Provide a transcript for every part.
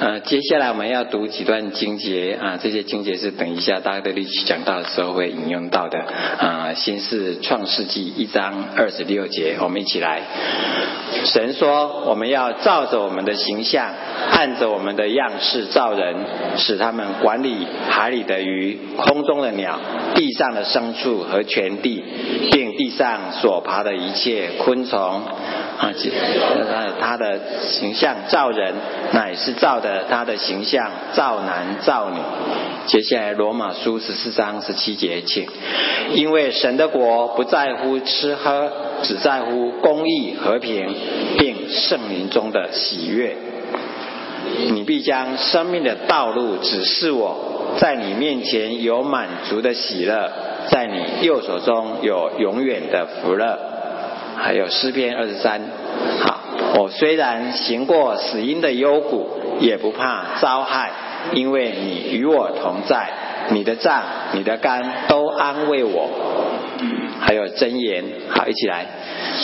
呃，接下来我们要读几段经节啊，这些经节是等一下大概律去讲到的时候会引用到的啊。先是创世纪一章二十六节，我们一起来。神说：“我们要照着我们的形象，按着我们的样式造人，使他们管理海里的鱼、空中的鸟、地上的牲畜和全地，并地上所爬的一切昆虫。”啊，呃，他的形象造人，乃是造的他的形象，造男造女。接下来罗马书十四章十七节，请，因为神的国不在乎吃喝，只在乎公义、和平，并圣灵中的喜悦。你必将生命的道路指示我，在你面前有满足的喜乐，在你右手中有永远的福乐。还有诗篇二十三，好，我虽然行过死荫的幽谷，也不怕遭害，因为你与我同在，你的杖、你的肝都安慰我。还有箴言，好，一起来，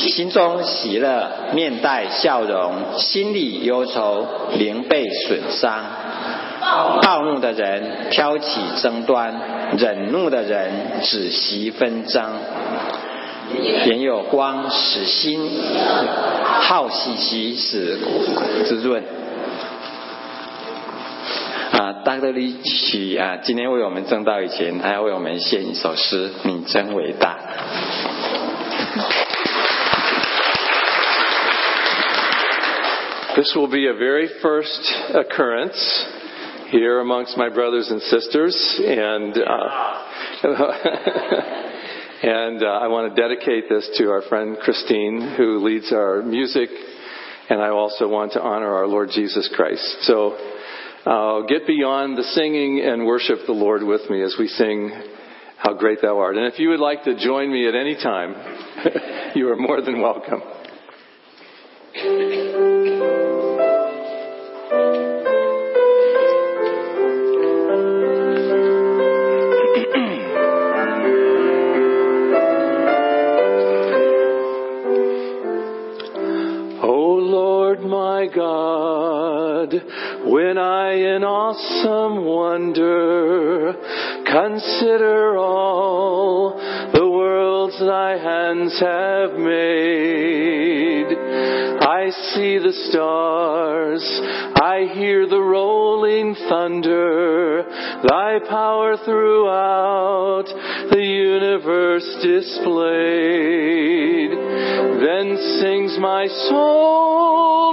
心中喜乐，面带笑容，心里忧愁，灵被损伤。暴怒的人挑起争端，忍怒的人止息纷争。也有光使心好信息使滋润啊！大德里奇啊，今天为我们证道以前，他要为我们献一首诗：你真伟大。 This will be a very first occurrence here amongst my brothers and sisters, and. Uh, And uh, I want to dedicate this to our friend Christine, who leads our music, and I also want to honor our Lord Jesus Christ. So uh, get beyond the singing and worship the Lord with me as we sing How Great Thou Art. And if you would like to join me at any time, you are more than welcome. when I in awesome wonder consider all the worlds thy hands have made. I see the stars, I hear the rolling thunder, thy power throughout the universe displayed. Then sings my soul,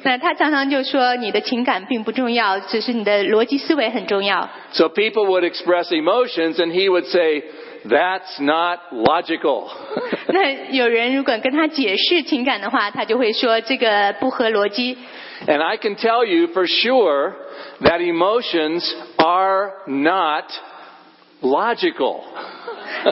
那他常常就说，你的情感并不重要，只是你的逻辑思维很重要。 so people would express emotions and he would say, that's not logical. 那有人如果跟他解释情感的话，他就会说这个不合逻辑。 and I can tell you for sure that emotions are not logical.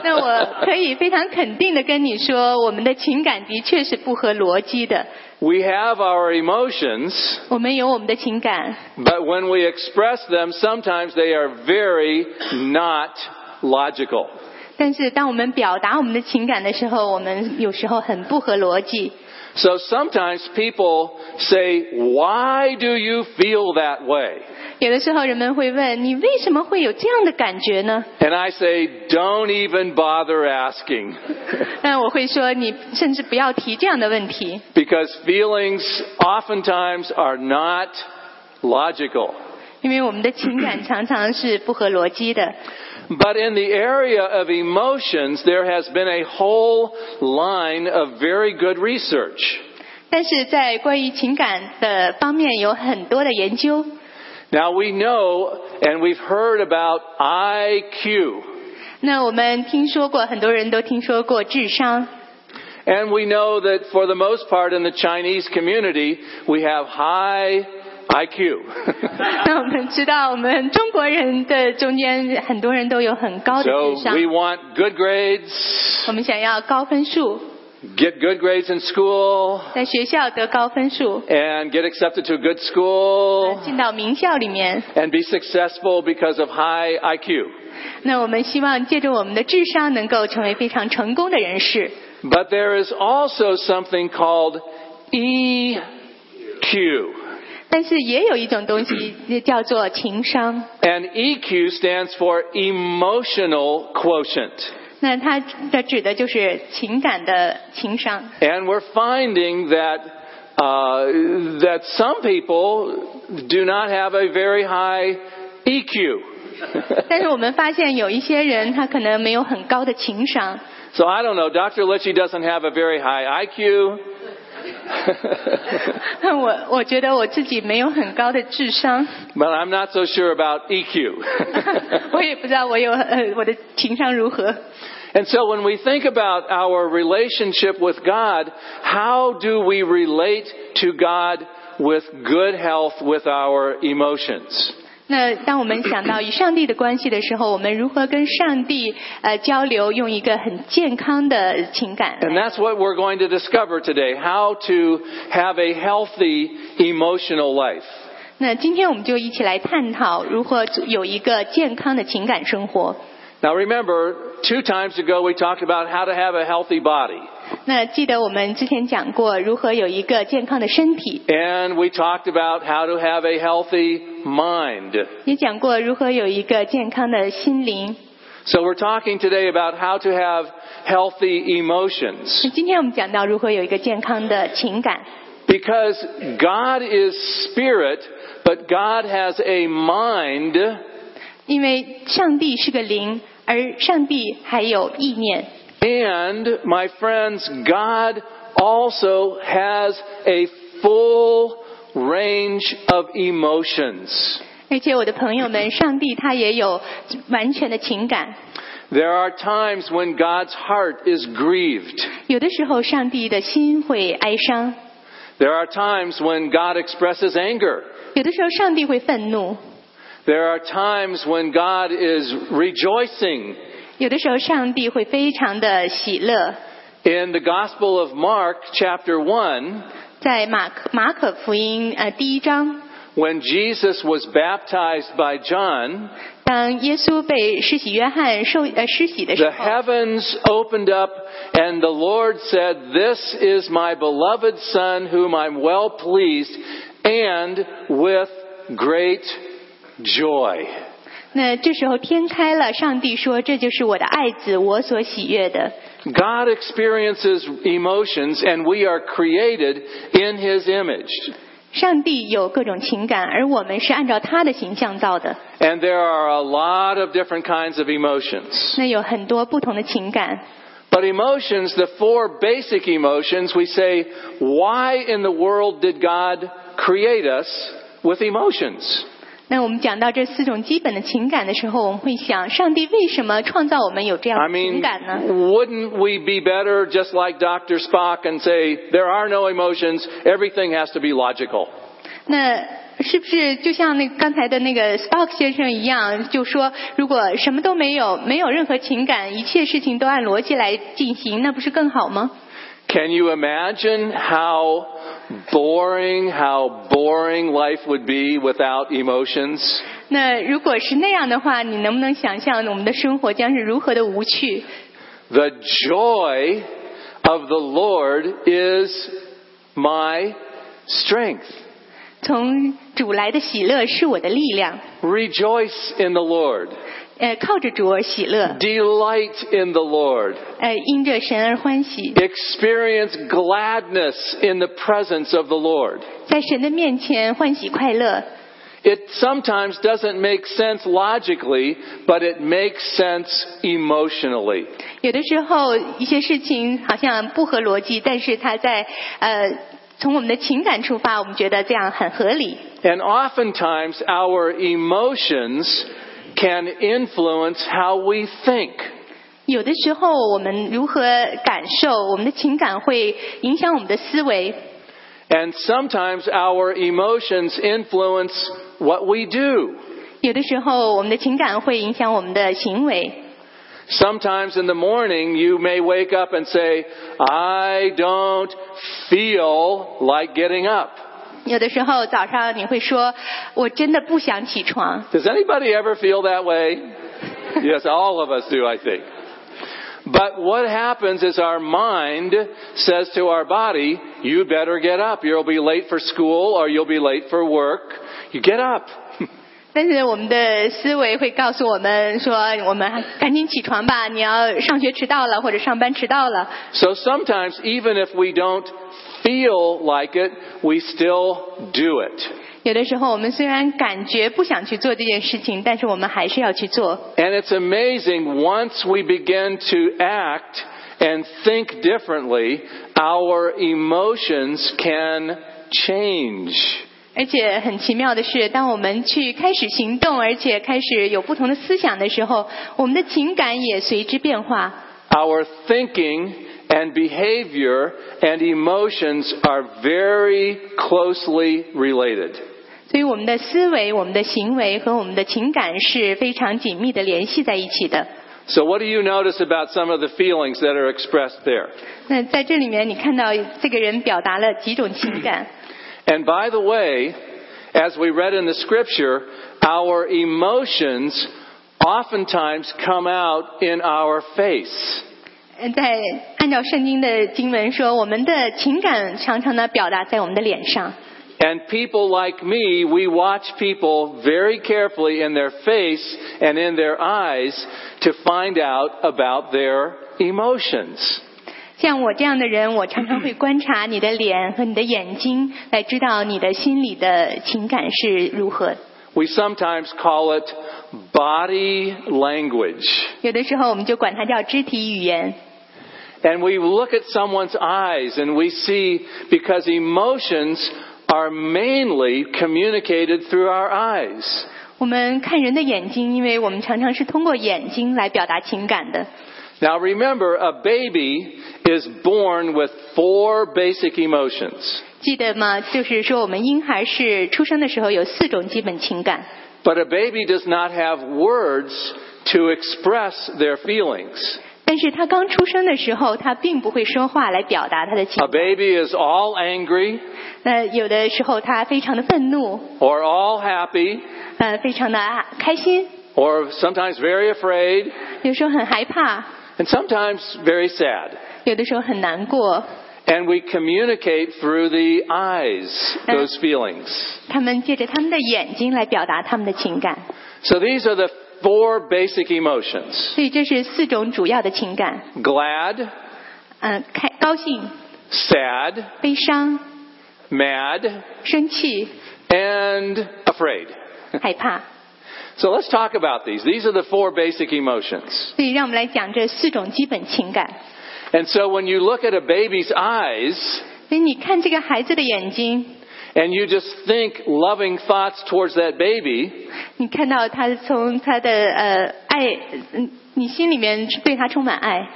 那我可以非常肯定的跟你说，我们的情感的确是不合逻辑的。 We have our emotions, 我们有我们的情感， but when we express them, sometimes they are very not logical. 但是当我们表达我们的情感的时候，我们有时候很不合逻辑。 So sometimes people say, why do you feel that way? 有的时候人们会问你为什么会有这样的感觉呢？ And I say, don't even bother asking 那我会说你甚至不要提这样的问题。 because feelings oftentimes are not logical. 因为我们的情感常常是不合逻辑的。 But in the area of emotions, there has been a whole line of very good research. 但是在关于情感的方面有很多的研究。 Now we know and we've heard about IQ. 那我们听说过，很多人都听说过智商。 And we know that for the most part in the Chinese community, we have high IQ. 那我们知道，我们中国人的中间很多人都有很高的 so 智商， we want good grades, 我们想要高分数， get good grades in school, 在学校得高分数， and get accepted to a good school, 进到名校里面。 and be successful because of high IQ. 那我们希望借着我们的智商，能够成为非常成功的人士。 But there is also something called E EQ. 但是也有一种东西也叫做情商， And EQ stands for emotional quotient. 那它的指的就是情感的情商。 And we're finding that uh, that some people do not have a very high E EQ. 但是我们发现有一些人，他可能没有很高的情商。 so I don't know. Dr. Litchie doesn't have a very high IQ. 我我觉得我自己没有很高的智商， but I'm not so sure about E EQ. 我也不知道我有呃我的情商如何。 and so when we think about our relationship with God, how do we relate to God with good health with our emotions? 那当我们想到与上帝的关系的时候，我们如何跟上帝呃交流，用一个很健康的 情感 And that's what we're going to discover today how to have a healthy emotional life. 那今天我们就一起来探讨如何有一个健康的情感生活。 Now, remember, two times ago we talked about how to have a healthy body. 那记得我们之前讲过如何有一个健康的身体， And we talked about how to have a healthy mind. 也讲过如何有一个健康的心灵。 So, we're talking today about how to have healthy emotions. 那今天我们讲到如何有一个健康的情感， Because God is spirit, but God has a mind. 因为上帝是个灵，而上帝还有意念。 And, my friends, God also has a full range of emotions. 而且我的朋友们，上帝他也有完全的情感。 There are times when God's heart is grieved. 有的时候，上帝的心会哀伤； There are times when God expresses anger. 有的时候，上帝会愤怒； There are times when God is rejoicing. 有的时候，上帝会非常的喜乐。 In the Gospel of Mark, chapter 1, 在马可马可福音呃第一章， when Jesus was baptized by John, 当耶稣被施洗约翰受呃施洗的 时 The 候， heavens opened up, and the Lord said, This is my beloved Son, whom I'm well pleased, and with great joy. 那这时候天开了，上帝说：“这就是我的爱子，我所喜悦的。 God experiences emotions, and we are created in His image. ”上帝有各种情感，而我们是按照他的形象造的。 And there are a lot of different kinds of emotions. 那有很多不同的情感， But emotions, the four basic emotions, we say, why in the world did God create us with emotions? 那我们讲到这四种基本的情感的时候，我们会想，上帝为什么创造我们有这样 I 的 mean, 情感呢？ wouldn't we be better just like Dr. Spock and say, there are no emotions, everything has to be logical? 那是不是就像那刚才的那个 Spock 先生一样，就说如果什么都没有，没有任何情感，一切事情都按逻辑来进行，那不是更好吗？ Can you imagine how boring, how boring life would be without emotions? 那如果是那样的话，你能不能想象我们的生活将是如何的无趣？ The joy of the Lord is my strength. 从主来的喜乐是我的力量， Rejoice in the Lord. 呃，靠着主而喜乐， Delight in the Lord. 呃，因着神而欢喜， Experience gladness in the presence of the Lord. 在神的面前欢喜快乐。 It sometimes doesn't make sense logically, but it makes sense emotionally. 有的时候一些事情好像不合逻辑，但是它在呃从我们的情感出发，我们觉得这样很合理。 And oftentimes our emotions can influence how we think. 有的时候，我们如何感受，我们的情感会影响我们的思维， And sometimes our emotions influence what we do. 有的时候，我们的情感会影响我们的行为。 Sometimes in the morning you may wake up and say, I don't feel like getting up. 有的时候早上你会说，我真的不想起床。 Does anybody ever feel that way? yes, all of us do, I think. But what happens is our mind says to our body, you better get up. You'll be late for school or you'll be late for work. You get up. 但是我们的思维会告诉我们说，我们赶紧起床吧，你要上学迟到了或者上班迟到了。 So sometimes even if we don't feel like it, we still do it. 有的时候，我们虽然感觉不想去做这件事情，但是我们还是要去做。 And it's amazing once we begin to act and think differently, our emotions can change. 而且很奇妙的是，当我们去开始行动，而且开始有不同的思想的时候，我们的情感也随之变化。 Our thinking and behavior and emotions are very closely related. 所以，我们的思维、我们的行为和我们的情感是非常紧密的联系在一起的。 So what do you notice about some of the feelings that are expressed there? 那在这里面，你看到这个人表达了几种情感。 And by the way, as we read in the scripture, our emotions oftentimes come out in our face. 嗯在按照圣经的经文说，我们的情感常常呢表达在我们的脸上。 And people like me, we watch people very carefully in their face and in their eyes to find out about their emotions. 像我这样的人，我常常会观察你的脸和你的眼睛，来知道你的心里的情感是如何。 We sometimes call it body language. 有的时候我们就管它叫肢体语言。 And we look at someone's eyes and we see because emotions are mainly communicated through our eyes. 我们看人的眼睛，因为我们常常是通过眼睛来表达情感的。 Now remember, a baby is born with four basic emotions. 记得吗？就是说，我们婴孩是出生的时候有四种基本情感， But a baby does not have words to express their feelings. 但是他刚出生的时候，他并不会说话来表达他的情 A。baby is all angry 呃，有的时候他非常的愤怒， or all happy 呃，非常的开心， or sometimes very afraid 有时候很害怕， and sometimes very sad. 有的时候很难过。 And we communicate through the eyes those feelings. 他们借着他们的眼睛来表达他们的情感， So these are the four basic emotions 所以这是四种主要的情感。 glad, 嗯、开高兴、 sad, 悲伤、 mad, 生气、 and afraid. 害怕。 So let's talk about these. These are the four basic emotions. 所以，让我们来讲这四种基本情感。 And so when you look at a baby's eyes 所以，你看这个孩子的眼睛， and you just think loving thoughts towards that baby, 你看到他从他的呃爱，嗯你心里面对他充满爱。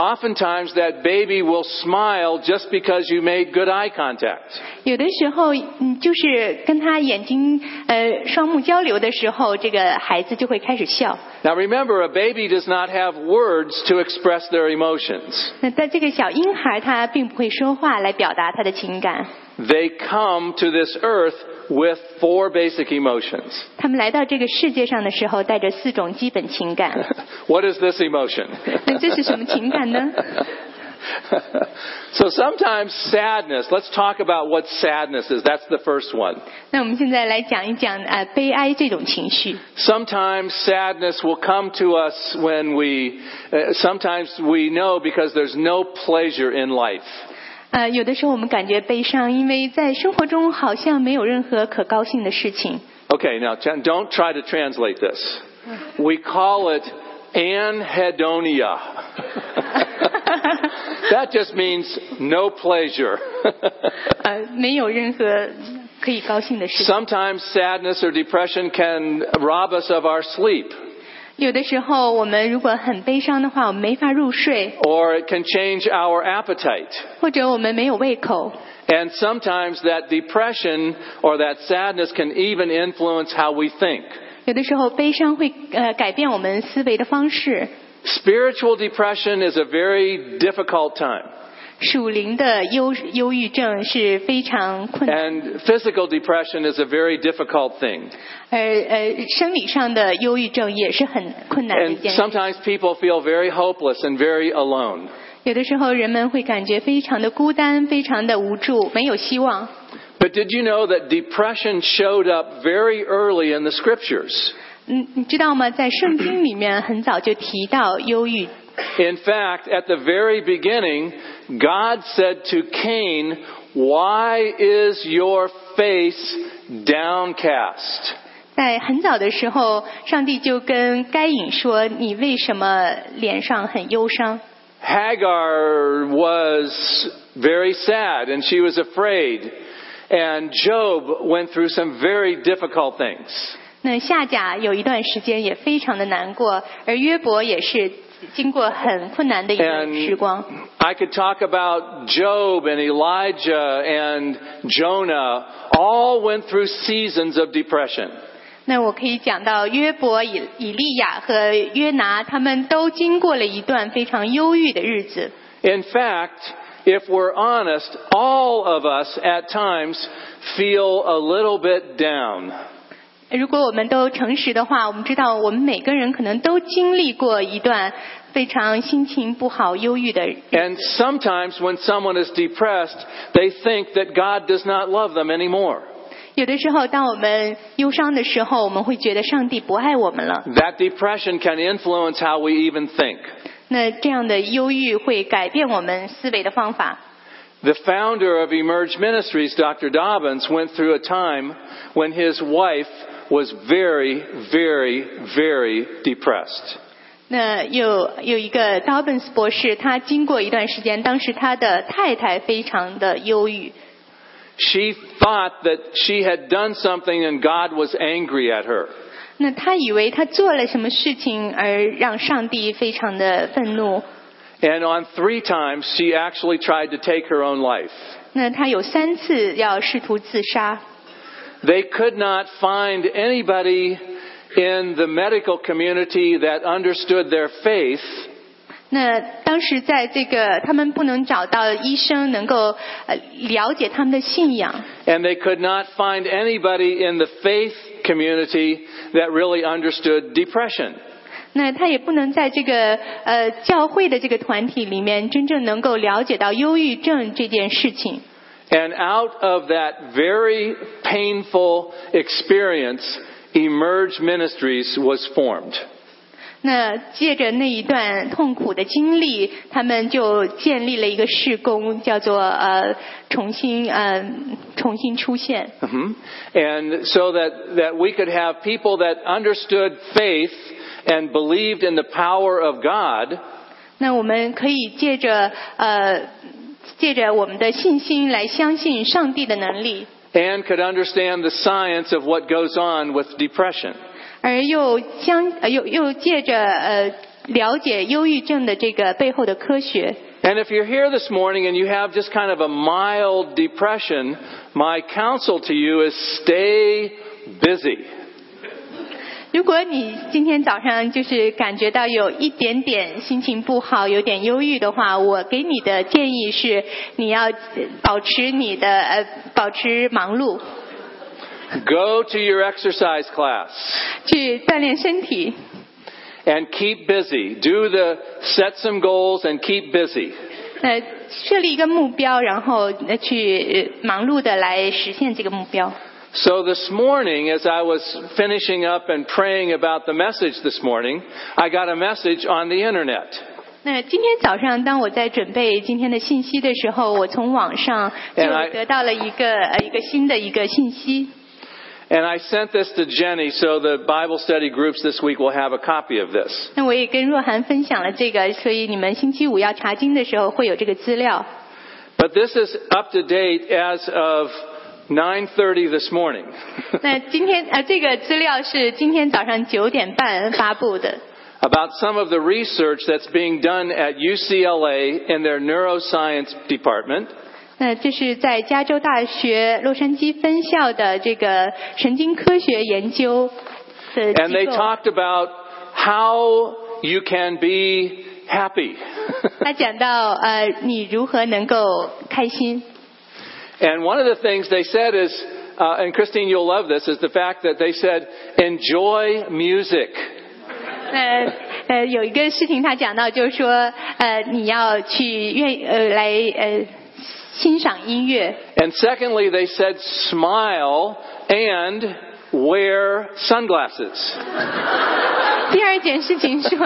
oftentimes that baby will smile just because you made good eye contact. 有的时候，嗯，就是跟他眼睛呃双目交流的时候，这个孩子就会开始笑。 Now remember, a baby does not have words to express their emotions. 那但这个小婴孩他并不会说话来表达他的情感， They come to this earth with four basic emotions. 他们来到这个世界上的时候带着四种基本情感。 What is this emotion? 那这是什么情感呢？ so sometimes sadness, let's talk about what sadness is. That's the first one. 那我们现在来讲一讲呃悲哀这种情绪。 Sometimes sadness will come to us when we, uh, sometimes we know because there's no pleasure in life. 呃，有的时候我们感觉悲伤，因为在生活中好像没有任何可高兴的事情。 Okay, now Jen, don't try to translate this. We call it anhedonia. that just means no pleasure. 呃，没有任何可以高兴的事情。 Sometimes sadness or depression can rob us of our sleep. 有的时候我们如果很悲伤的话，我们没法入睡， or it can change our appetite. 或者我们没有胃口。 And sometimes that depression or that sadness can even influence how we think. 有的时候悲伤会呃改变我们思维的方式。 Spiritual depression is a very difficult time, 属灵的忧忧郁症是非常困难， and physical depression is a very difficult thing. 而呃生理上的忧郁症也是很困难的一 And 件事。 sometimes people feel very hopeless and very alone. 有的时候人们会感觉非常的孤单，非常的无助，没有希望。 But did you know that depression showed up very early in the scriptures? 嗯，你知道吗？在圣经里面很早就提到忧郁。 In fact, at the very beginning, God said to Cain, Why is your face downcast? 在很早的时候，上帝就跟该隐说：“你为什么脸上很忧伤 Hagar was very sad and she was afraid. And Job went through some very difficult things.？” 那夏甲有一段时间也非常的难过，而约伯也是经过很困难的一段时 And 光。 I could talk about Job and Elijah and Jonah all went through seasons of depression. 那我可以讲到约伯、以以利亚和约拿，他们都经过了一段非常忧郁的日子。 In fact, if we're honest, all of us at times feel a little bit down. 如果我们都诚实的话，我们知道我们每个人可能都经历过一段非常心情不好、忧郁的。 And sometimes when someone is depressed, they think that God does not love them anymore. 有的时候，当我们忧伤的时候，我们会觉得上帝不爱我们了。 That depression can influence how we even think. 那这样的忧郁会改变我们思维的方法。 The founder of Emerge Ministries, Dr. Dobbins, went through a time when his wife was very, very, very depressed. 那有有一个 Dobbins 博士，他经过一段时间，当时他的太太非常的忧郁， She thought that she had done something and God was angry at her. 那他以为他做了什么事情而让上帝非常的愤怒。 And on three times, she actually tried to take her own life. 那他有三次要试图自杀， They could not find anybody in the medical community that understood their faith, 那当时在这个他们不能找到医生能够呃了解他们的信仰， and they could not find anybody in the faith community that really understood depression. 那他也不能在这个呃教会的这个团体里面真正能够了解到忧郁症这件事情。 And out of that very painful experience, Emerge Ministries was formed. 那借着那一段痛苦的经历，他们就建立了一个事工，叫做呃重新呃重新出现。 hmm And so that, that we could have people that understood faith and believed in the power of God, 那我们可以借着呃借着我们的信心来相信上帝的能力， and could understand the science of what goes on with depression. 而又相呃又又借着呃了解忧郁症的这个背后的科学。 And if you're here this morning and you have just kind of a mild depression, my counsel to you is stay busy. 如果你今天早上就是感觉到有一点点心情不好，有点忧郁的话，我给你的建议是，你要呃保持你的呃保持忙碌， Go to your exercise class. 去锻炼身体， and keep busy. Do the set some goals and keep busy. 呃设立一个目标，然后呃去呃忙碌的来实现这个目标。 So this morning, as I was finishing up and praying about the message this morning, I got a message on the internet. 那今天早上，当我在准备今天的信息的时候，我从网上就 And I- 得到了一个呃一个新的一个信息。 And I sent this to Jenny, so the Bible study groups this week will have a copy of this. 那我也跟若涵分享了这个，所以你们星期五要查经的时候会有这个资料。 But this is up to date as of 9.30 this morning. 那今天呃，这个资料是今天早上九点半发布的。 about some of the research that's being done at UCLA in their neuroscience department. 呃，这是在加州大学洛杉矶分校的这个神经科学研究的 And they 机构， talked about how you can be happy. 他讲到呃，你如何能够开心？ and one of the things they said is, uh, and Christine, you'll love this, is the fact that they said, enjoy music. 呃呃，有一个事情他讲到，就是说呃，你要去愿呃来呃欣赏音乐， And secondly, they said, smile and wear sunglasses. 第二件事情说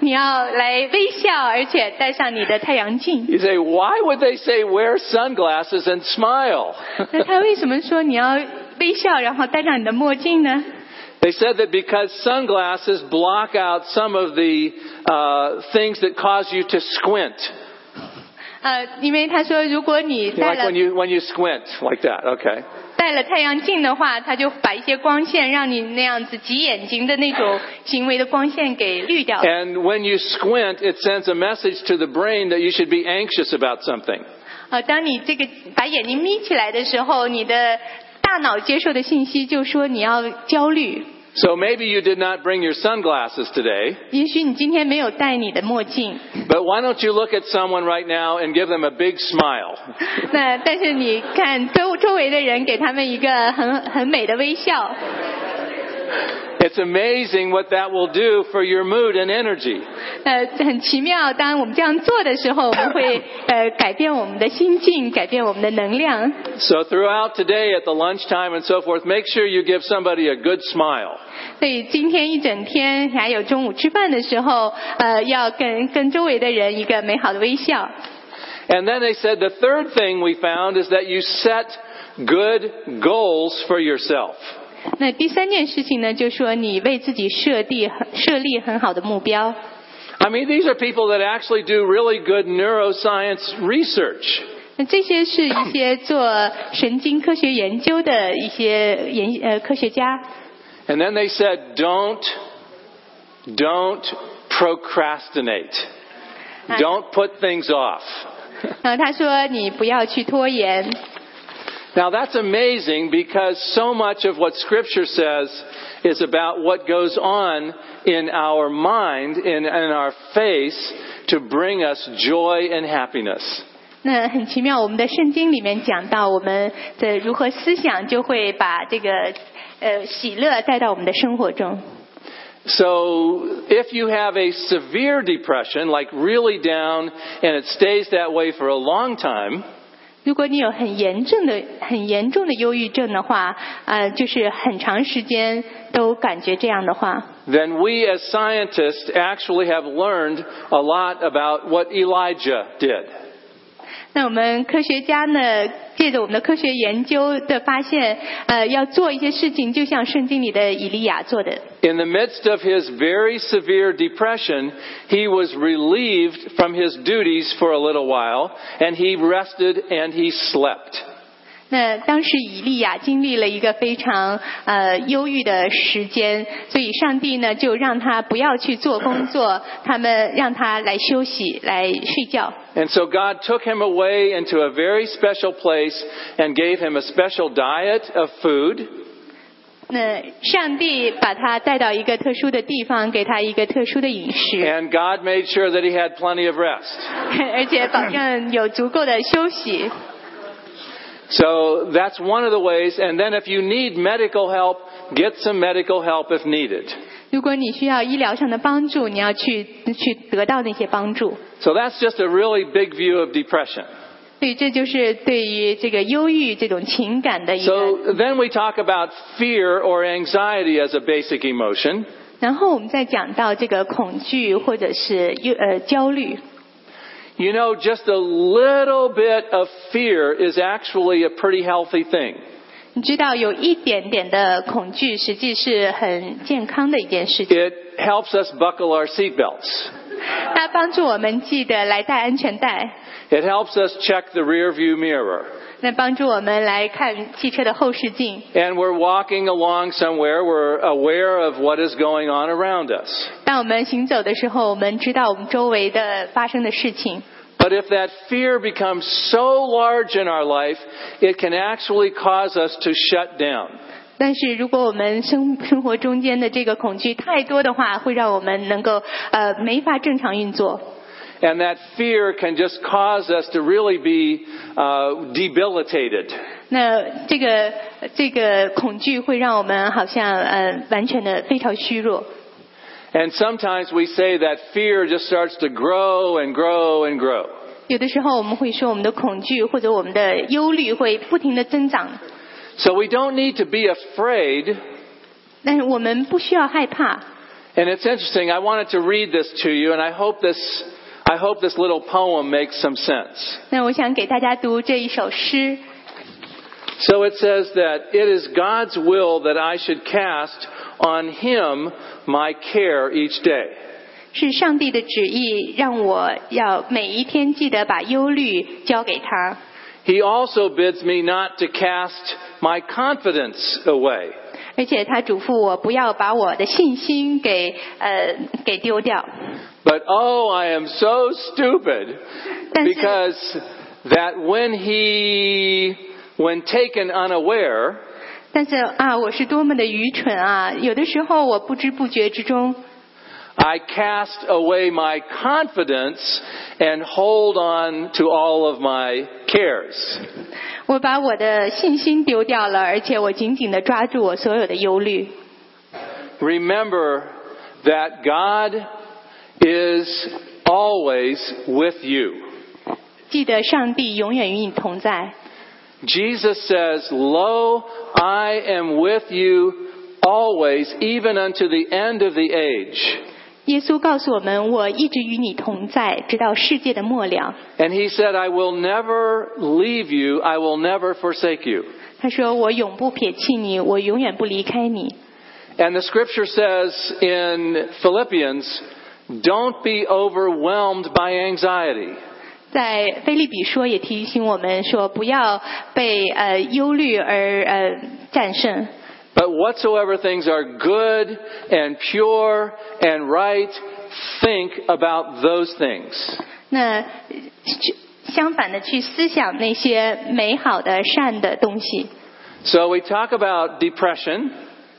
你要来微笑，而且戴上你的太阳镜。 You say, why would they say wear sunglasses and smile? 那他为什么说你要微笑，然后戴上你的墨镜呢？ They said that because sunglasses block out some of the uh, things that cause you to squint, 呃，因为他说，如果你戴 like 了 when you when you squint like that. Okay, 戴了太阳镜的话，它就把一些光线让你那样子挤眼睛的那种行为的光线给滤掉。 and when you squint, it sends a message to the brain that you should be anxious about something. 呃，当你这个把眼睛眯起来的时候，你的大脑接受的信息就说你要焦虑。 So maybe you did not bring your sunglasses today, 也许你今天没有戴你的墨镜， but why don't you look at someone right now and give them a big smile? 那但是你看周周围的人给他们一个很很美的微笑， It's amazing what that will do for your mood and energy. 呃，很奇妙。当我们这样做的时候，我们会呃改变我们的心境，改变我们的能量。 So throughout today at the lunchtime and so forth, make sure you give somebody a good smile. 所以今天一整天，还有中午吃饭的时候，呃，要跟跟周围的人一个美好的微笑。 And then they said the third thing we found is that you set good goals for yourself. 那第三件事情呢，就说你为自己设定设立很好的目标。 I mean, these are people that actually do really good neuroscience research. 那这些是一些做神经科学研究的一些研呃科学家。 And then they said, don't, don't procrastinate. Hi. Don't put things off. 呃，他说你不要去拖延。 Now that's amazing because so much of what scripture says is about what goes on in our mind, in, in our face, to bring us joy and happiness. 那很奇妙，我们的圣经里面讲到，我们的如何思想就会把这个呃喜乐带到我们的生活中。 So if you have a severe depression, like really down, and it stays that way for a long time, 如果你有很严重的、很严重的忧郁症的话，呃，就是很长时间都感觉这样的话， then we as scientists actually have learned a lot about what Elijah did. 那我们科学家呢，借着我们的科学研究的发现，呃，要做一些事情，就像圣经里的以利亚做的。 In the midst of his very severe depression, he was relieved from his duties for a little while, and he rested and he slept. 那当时以利亚经历了一个非常呃忧郁的时间，所以上帝呢就让他不要去做工作，他们让他来休息，来睡觉。 And so God took him away into a very special place and gave him a special diet of food. 那上帝把他带到一个特殊的地方，给他一个特殊的饮食， And God made sure that he had plenty of rest. 而且保证有足够的休息。 So that's one of the ways. And then if you need medical help, get some medical help if needed. 如果你需要医疗上的帮助，你要去去得到那些帮助。 So that's just a really big view of depression. 所以这就是对于这个忧郁这种情感的一个。 So then we talk about fear or anxiety as a basic emotion. 然后我们再讲到这个恐惧或者是忧呃焦虑。 You know, just a little bit of fear is actually a pretty healthy thing. 你知道有一点点的恐惧，实际是很健康的一件事情， It helps us buckle our seatbelts. 他帮助我们记得来带安全带， It helps us check the rearview mirror. 那帮助我们来看汽车的后视镜。 And we're walking along somewhere, we're aware of what is going on around us. 当我们行走的时候，我们知道我们周围的发生的事情。 But if that fear becomes so large in our life, it can actually cause us to shut down. 但是如果我们生生活中间的这个恐惧太多的话，会让我们能够呃没法正常运作。 And that fear can just cause us to really be uh, debilitated. 那这个这个恐惧会让我们好像呃完全的非常虚弱。 And sometimes we say that fear just starts to grow and grow and grow. 有的时候我们会说我们的恐惧或者我们的忧虑会不停的增长， So we don't need to be afraid. 但是我们不需要害怕。 And it's interesting. I wanted to read this to you, and I hope this, I hope this little poem makes some sense. 那我想给大家读这一首诗， So it says that it is God's will that I should cast on Him my care each day. 是上帝的旨意，让我要每一天记得把忧虑交给他。 He also bids me not to cast my confidence away. 而且他嘱咐我不要把我的信心给呃给丢掉， But oh, I am so stupid 但是- because that when he, when taken unaware, 但是啊，我是多么的愚蠢啊！有的时候我不知不觉之中， I cast away my confidence and hold on to all of my cares. 我把我的信心丢掉了，而且我紧紧的抓住我所有的忧虑。 Remember that God is always with you. 记得上帝永远与你同在。 Jesus says, Lo, I am with you always, even unto the end of the age. 耶稣告诉我们：“我一直与你同在，直到世界的末了。 And he said, I will never leave you, I will never forsake you. ”他说：“我永不撇弃你，我永远不离开你。 And the scripture says in Philippians, don't be overwhelmed by anxiety. ”在菲利比说也提醒我们说，不要被呃忧虑而呃战胜。 But whatsoever things are good and pure and right, think about those things. 那呃去相反的去思想那些美好的善的东西。 So we talk about depression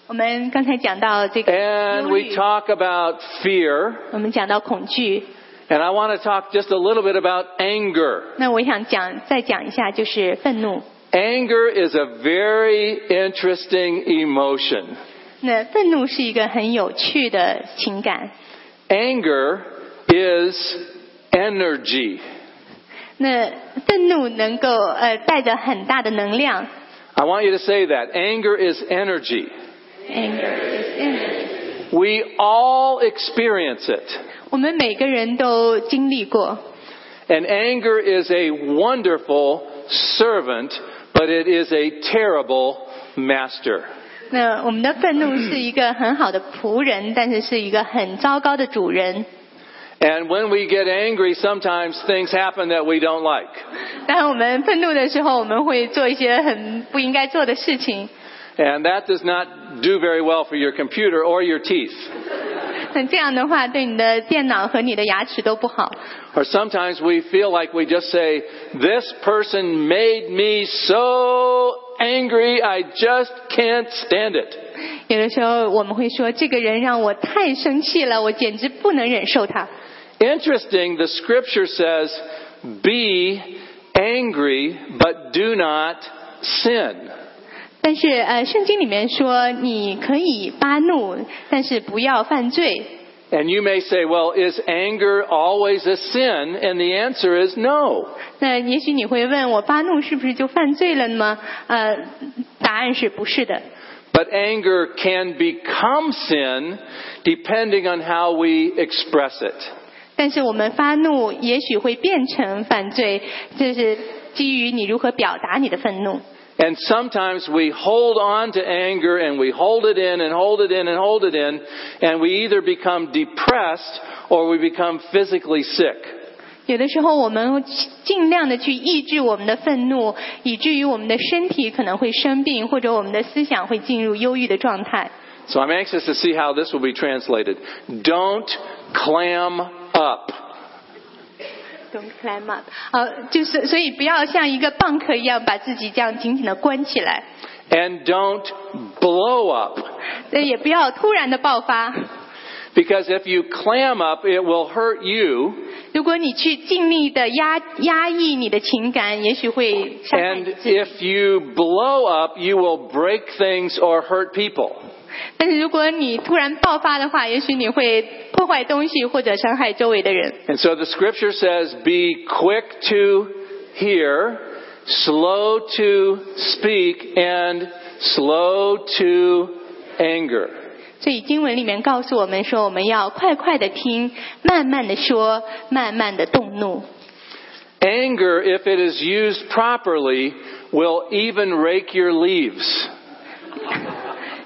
我们刚才讲到这个忧 and 虑 we，talk about fear 我们讲到恐惧， and I want to talk just a little bit about anger. 那我想讲再讲一下就是愤怒。 Anger is a very interesting emotion. 那愤怒是一个很有趣的情感。 Anger is energy. 那愤怒能够呃带着很大的能量。 I want you to say that. Anger is energy. Anger. We all experience it. 我们每个人都经历过， And anger is a wonderful servant, but it is a terrible master. 那我们的愤怒是一个很好的仆人，但是是一个很糟糕的主人。 And when we get angry, sometimes things happen that we don't like. 当我们愤怒的时候，我们会做一些很不应该做的事情， And that does not do very well for your computer or your teeth. 那这样的话对你的电脑和你的牙齿都不好。 Or sometimes we feel like we just say, this person made me so angry, I just can't stand it. 有的时候我们会说，这个人让我太生气了，我简直不能忍受他。 Interesting, the scripture says, be angry, but do not sin. 但是呃，圣经里面说，你可以发怒，但是不要犯罪。 And you may say, well, is anger always a sin? And the answer is no. 那也许你会问我，发怒是不是就犯罪了吗？呃，答案是不是的。 But anger can become sin depending on how we express it. 但是我们发怒也许会变成犯罪，这是基于你如何表达你的愤怒。 And sometimes we hold on to anger and we hold it in and hold it in and hold it in, and we either become depressed or we become physically sick. 有的时候我们尽量的去抑制我们的愤怒，以至于我们的身体可能会生病，或者我们的思想会进入忧郁的状态。 So I'm anxious to see how this will be translated. Don't clam up. Don't climb up。呃，就是所以不要像一个蚌壳一样把自己这样紧紧的关起来， And don't blow up. 呃，也不要突然的爆发。 Because if you clam up, it will hurt you. 如果你去尽力的压压抑你的情感，也许会伤害 And 你自己。 if you blow up, you will break things or hurt people. 但是如果你突然爆发的话，也许你会破坏东西或者伤害周围的人。 And so the scripture says, be quick to hear, slow to speak, and slow to anger. 所以经文里面告诉我们说，我们要快快的听，慢慢的说，慢慢的动怒。 Anger, if it is used properly, will even rake your leaves.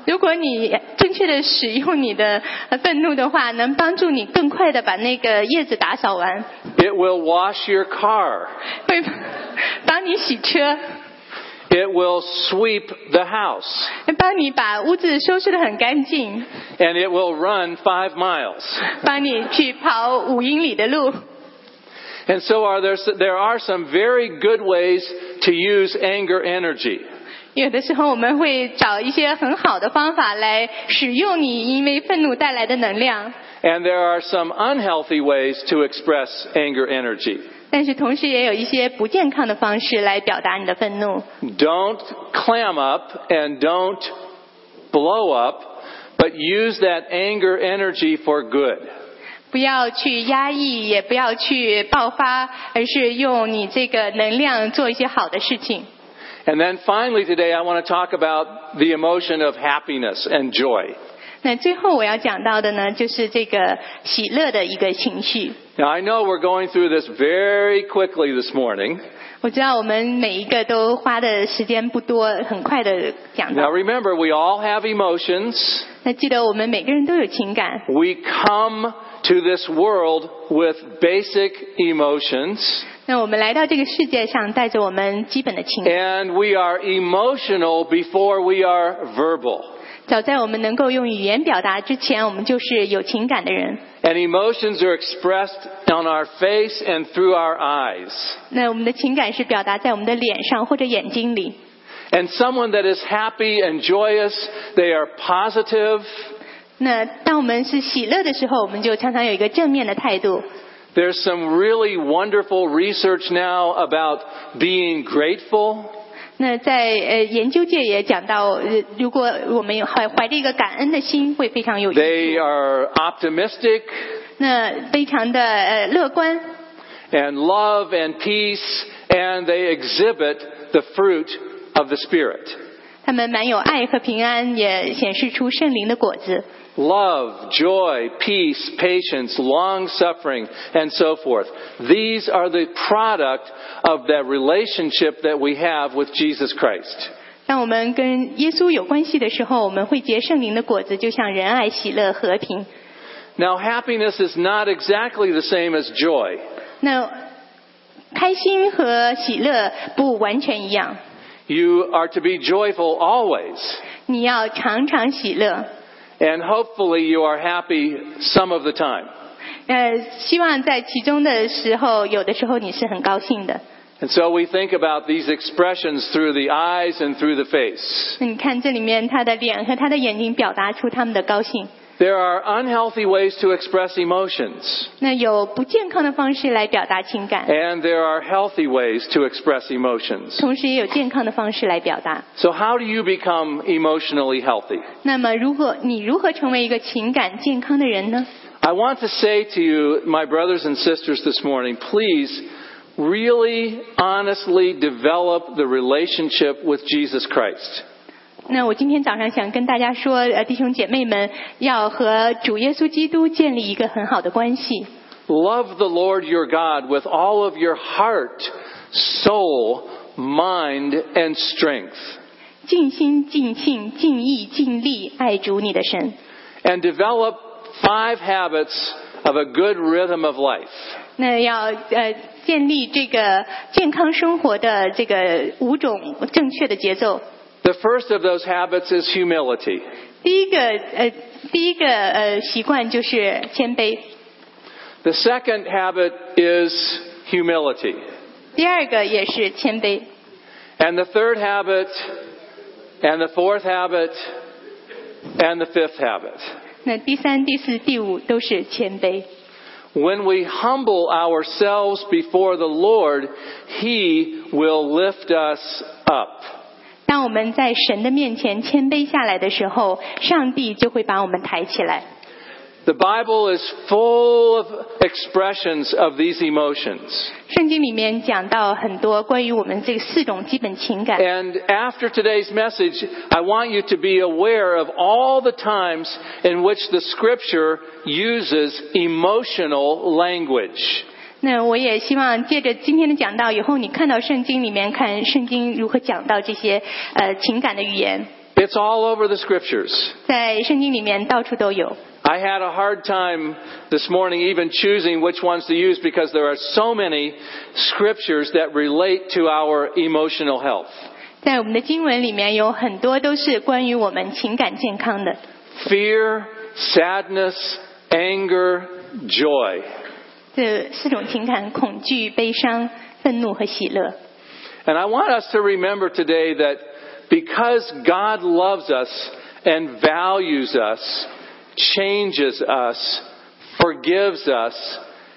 如果你正确的使用你的呃愤怒的话，能帮助你更快的把那个叶子打扫完， It will wash your car. 会帮你洗车， It will sweep the house. 帮你把屋子收拾的很干净， And it will run five miles. 帮你去跑五英里的路。 And so are there, there are some very good ways to use anger energy. 有的时候我们会找一些很好的方法来使用你因为愤怒带来的能量， And there are some unhealthy ways to express anger energy. 但是同时也有一些不健康的方式来表达你的愤怒。 Don't clam up and don't blow up, but use that anger energy for good. 不要去压抑，也不要去爆发，而是用你这个能量做一些好的事情。 And then finally today I want to talk about the emotion of happiness and joy. 那最后我要讲到的呢，就是这个喜乐的一个情绪。 Now I know we're going through this very quickly this morning. 我知道我们每一个都花的时间不多，很快的讲 Now 到。 remember, we all have emotions. 那记得我们每个人都有情感， We come to this world with basic emotions 那我们来到这个世界上，带着我们基本的情感。 and we are emotional before we are verbal. 早在我们能够用语言表达之前，我们就是有情感的人。 And emotions are expressed on our face and through our eyes. 那我们的情感是表达在我们的脸上或者眼睛里。 And someone that is happy and joyous, they are positive, 那当我们是喜乐的时候，我们就常常有一个正面的态度。 there's some really wonderful research now about being grateful. 那在呃研究界也讲到，呃如果我们有怀怀着一个感恩的心，会非常有益 They 处。 are optimistic 那非常的呃乐观， and love and peace, and they exhibit the fruit of the Spirit. 他们满有爱和平安，也显示出圣灵的果子。 Love, joy, peace, patience, long suffering, and so forth. These are the product of that relationship that we have with Jesus Christ. 当我们跟耶稣有关系的时候，我们会结圣灵的果子，就像仁爱、喜乐、和平。 Now, happiness is not exactly the same as joy. 那开心和喜乐不完全一样， You are to be joyful always, 你要常常喜乐。 and hopefully you are happy some of the time. 呃，希望在其中的时候，有的时候你是很高兴的。 And so we think about these expressions through the eyes and through the face. 那你看这里面，他的脸和他的眼睛表达出他们的高兴。 There are unhealthy ways to express emotions, 那有不健康的方式来表达情感， and there are healthy ways to express emotions. 同时也有健康的方式来表达。 So, how do you become emotionally healthy? 那么，如何你如何成为一个情感健康的人呢？ I want to say to you, my brothers and sisters, this morning, please really honestly develop the relationship with Jesus Christ. 那我今天早上想跟大家说，呃，弟兄姐妹们要和主耶稣基督建立一个很好的关系。 Love the Lord your God with all of your heart, soul, mind, and strength, 尽心、尽性、尽意、尽力爱主你的神， and develop five habits of a good rhythm of life. 那要呃建立这个健康生活的这个五种正确的节奏。 The first of those habits is humility. 第一个呃第一个呃习惯就是谦卑， The second habit is humility. 第二个也是谦卑， And the third habit, and the fourth habit, and the fifth habit. 那第三、第四、第五都是谦卑。 When we humble ourselves before the Lord, He will lift us up. 当我们在神的面前谦卑下来的时候，上帝就会把我们抬起来。 The Bible is full of expressions of these emotions. 圣经里面讲到很多关于我们这四种基本情感。 And after today's message, I want you to be aware of all the times in which the scripture uses emotional language. 那我也希望借着今天的讲道以后，你看到圣经里面看圣经如何讲到这些呃情感的语言， It's all over the scriptures. 在圣经里面到处都有。 I had a hard time this morning even choosing which ones to use because there are so many scriptures that relate to our emotional health. 在我们的经文里面有很多都是关于我们情感健康的， Fear, sadness, anger, joy. 这四种情感：恐惧、悲伤、愤怒和喜乐。 And I want us to remember today that because God loves us and values us, changes us, forgives us,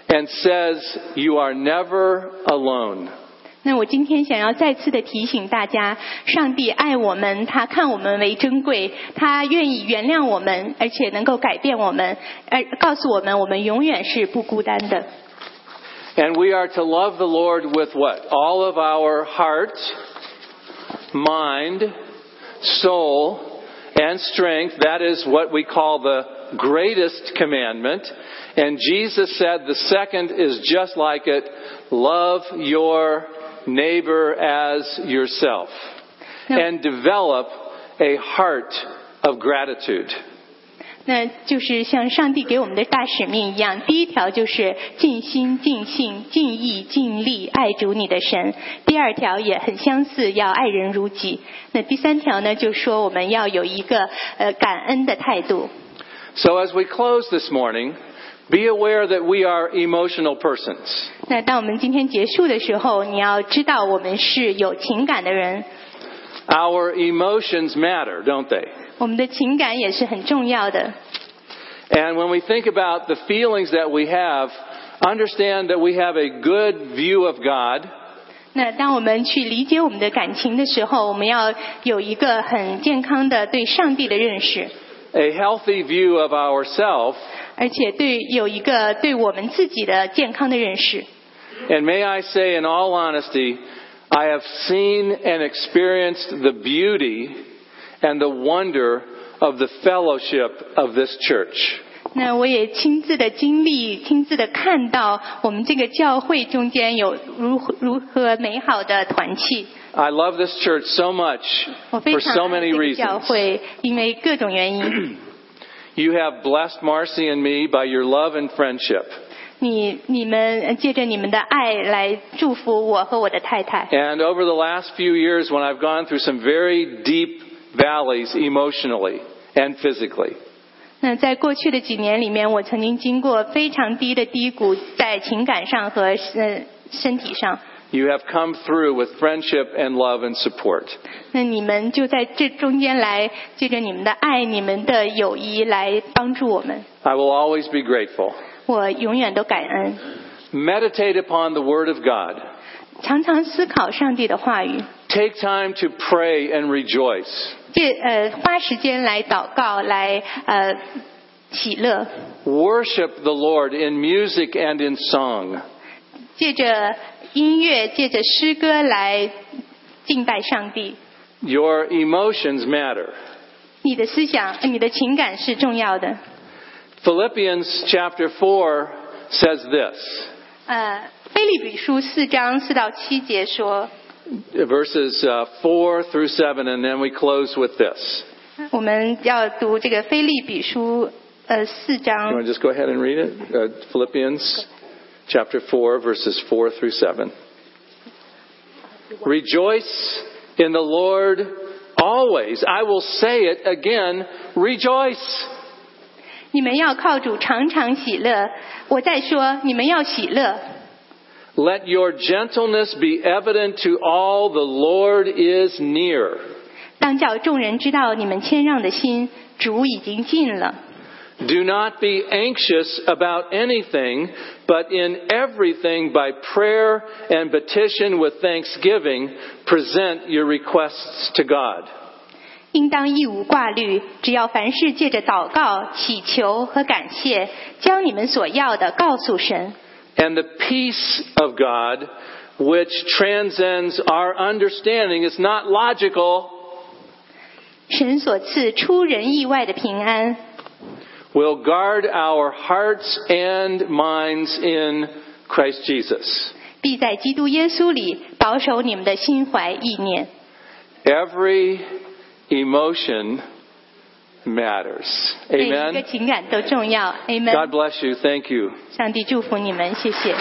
and says, you are never alone. 那我今天想要再次的提醒大家，上帝爱我们，他看我们为珍贵，他愿意原谅我们，而且能够改变我们，而告诉我们，我们永远是不孤单的。 And we are to love the Lord with what? All of our heart, mind, soul, and strength. That is what we call the greatest commandment. And Jesus said the second is just like it. Love your neighbor as yourself. No. And develop a heart of gratitude. 那就是像上帝给我们的大使命一样，第一条就是尽心、尽性、尽意、尽力爱主你的神；第二条也很相似，要爱人如己；那第三条呢，就说我们要有一个呃感恩的态度。 So as we close this morning, be aware that we are emotional persons. 那当我们今天结束的时候，你要知道我们是有情感的人， Our emotions matter, don't they? 我们的情感也是很重要的。 And when we think about the feelings that we have, understand that we have a good view of God 那当我们去理解我们的感情的时候，我们要有一个很健康的对上帝的认识， a healthy view of ourself, 而且对有一个对我们自己的健康的认识。 and may I say in all honesty, I have seen and experienced the beauty and the wonder of the fellowship of this church. 那我也亲自的经历，亲自的看到我们这个教会中间有如何如何美好的团契。 I love this church so much 我非 for 常 so 爱 many 这个 reasons. 教会，因为各种原因。 You have blessed Marcy and me by your love and friendship. 你你们呃借着你们的爱来祝福我和我的太太。 And over the last few years, when I've gone through some very deep valleys emotionally and physically, 那在过去的几年里面，我曾经经过非常低的低谷，在情感上和呃身体上。 you have come through with friendship and love and support. 那你们就在这中间来借着你们的爱、你们的友谊来帮助我们， I will always be grateful. 我永远都感恩。 Meditate upon the Word of God. 常常思考上帝的话语， Take time to pray and rejoice. 这呃花时间来祷告，来呃喜乐， Worship the Lord in music and in song. 借着音乐，借着诗歌来敬拜上帝。 Your emotions matter. 你的思想、呃你的情感是重要的。 Philippians chapter 4 says this. 呃，《菲利比书》四章四到七节说： verses uh, 4 through 7, and then we close with this. 我们要读这个《菲利比书》呃四 You 章 want to just go ahead and read it? Uh, Philippians chapter 4, verses 4 through 7. Rejoice in the Lord always. I will say it again. Rejoice. 你们要靠主常常喜乐。我再说，你们要喜乐。 Let your gentleness be evident to all. The Lord is near. 当叫众人知道你们谦让的心，主已经近了。 Do not be anxious about anything, but in everything by prayer and petition with thanksgiving, present your requests to God. 应当一无挂虑，只要凡事借着祷告、祈求和感谢，将你们所要的告诉神。 And the peace of God, which transcends our understanding, is not logical, 神所赐出人意外的平安， will guard our hearts and minds in Christ Jesus. 必在基督耶稣里保守你们的心怀意念。 Every emotion matters. 每一个 Amen. 情感都重要。 God Amen。 bless you. Thank you. 上帝祝福你们，谢谢。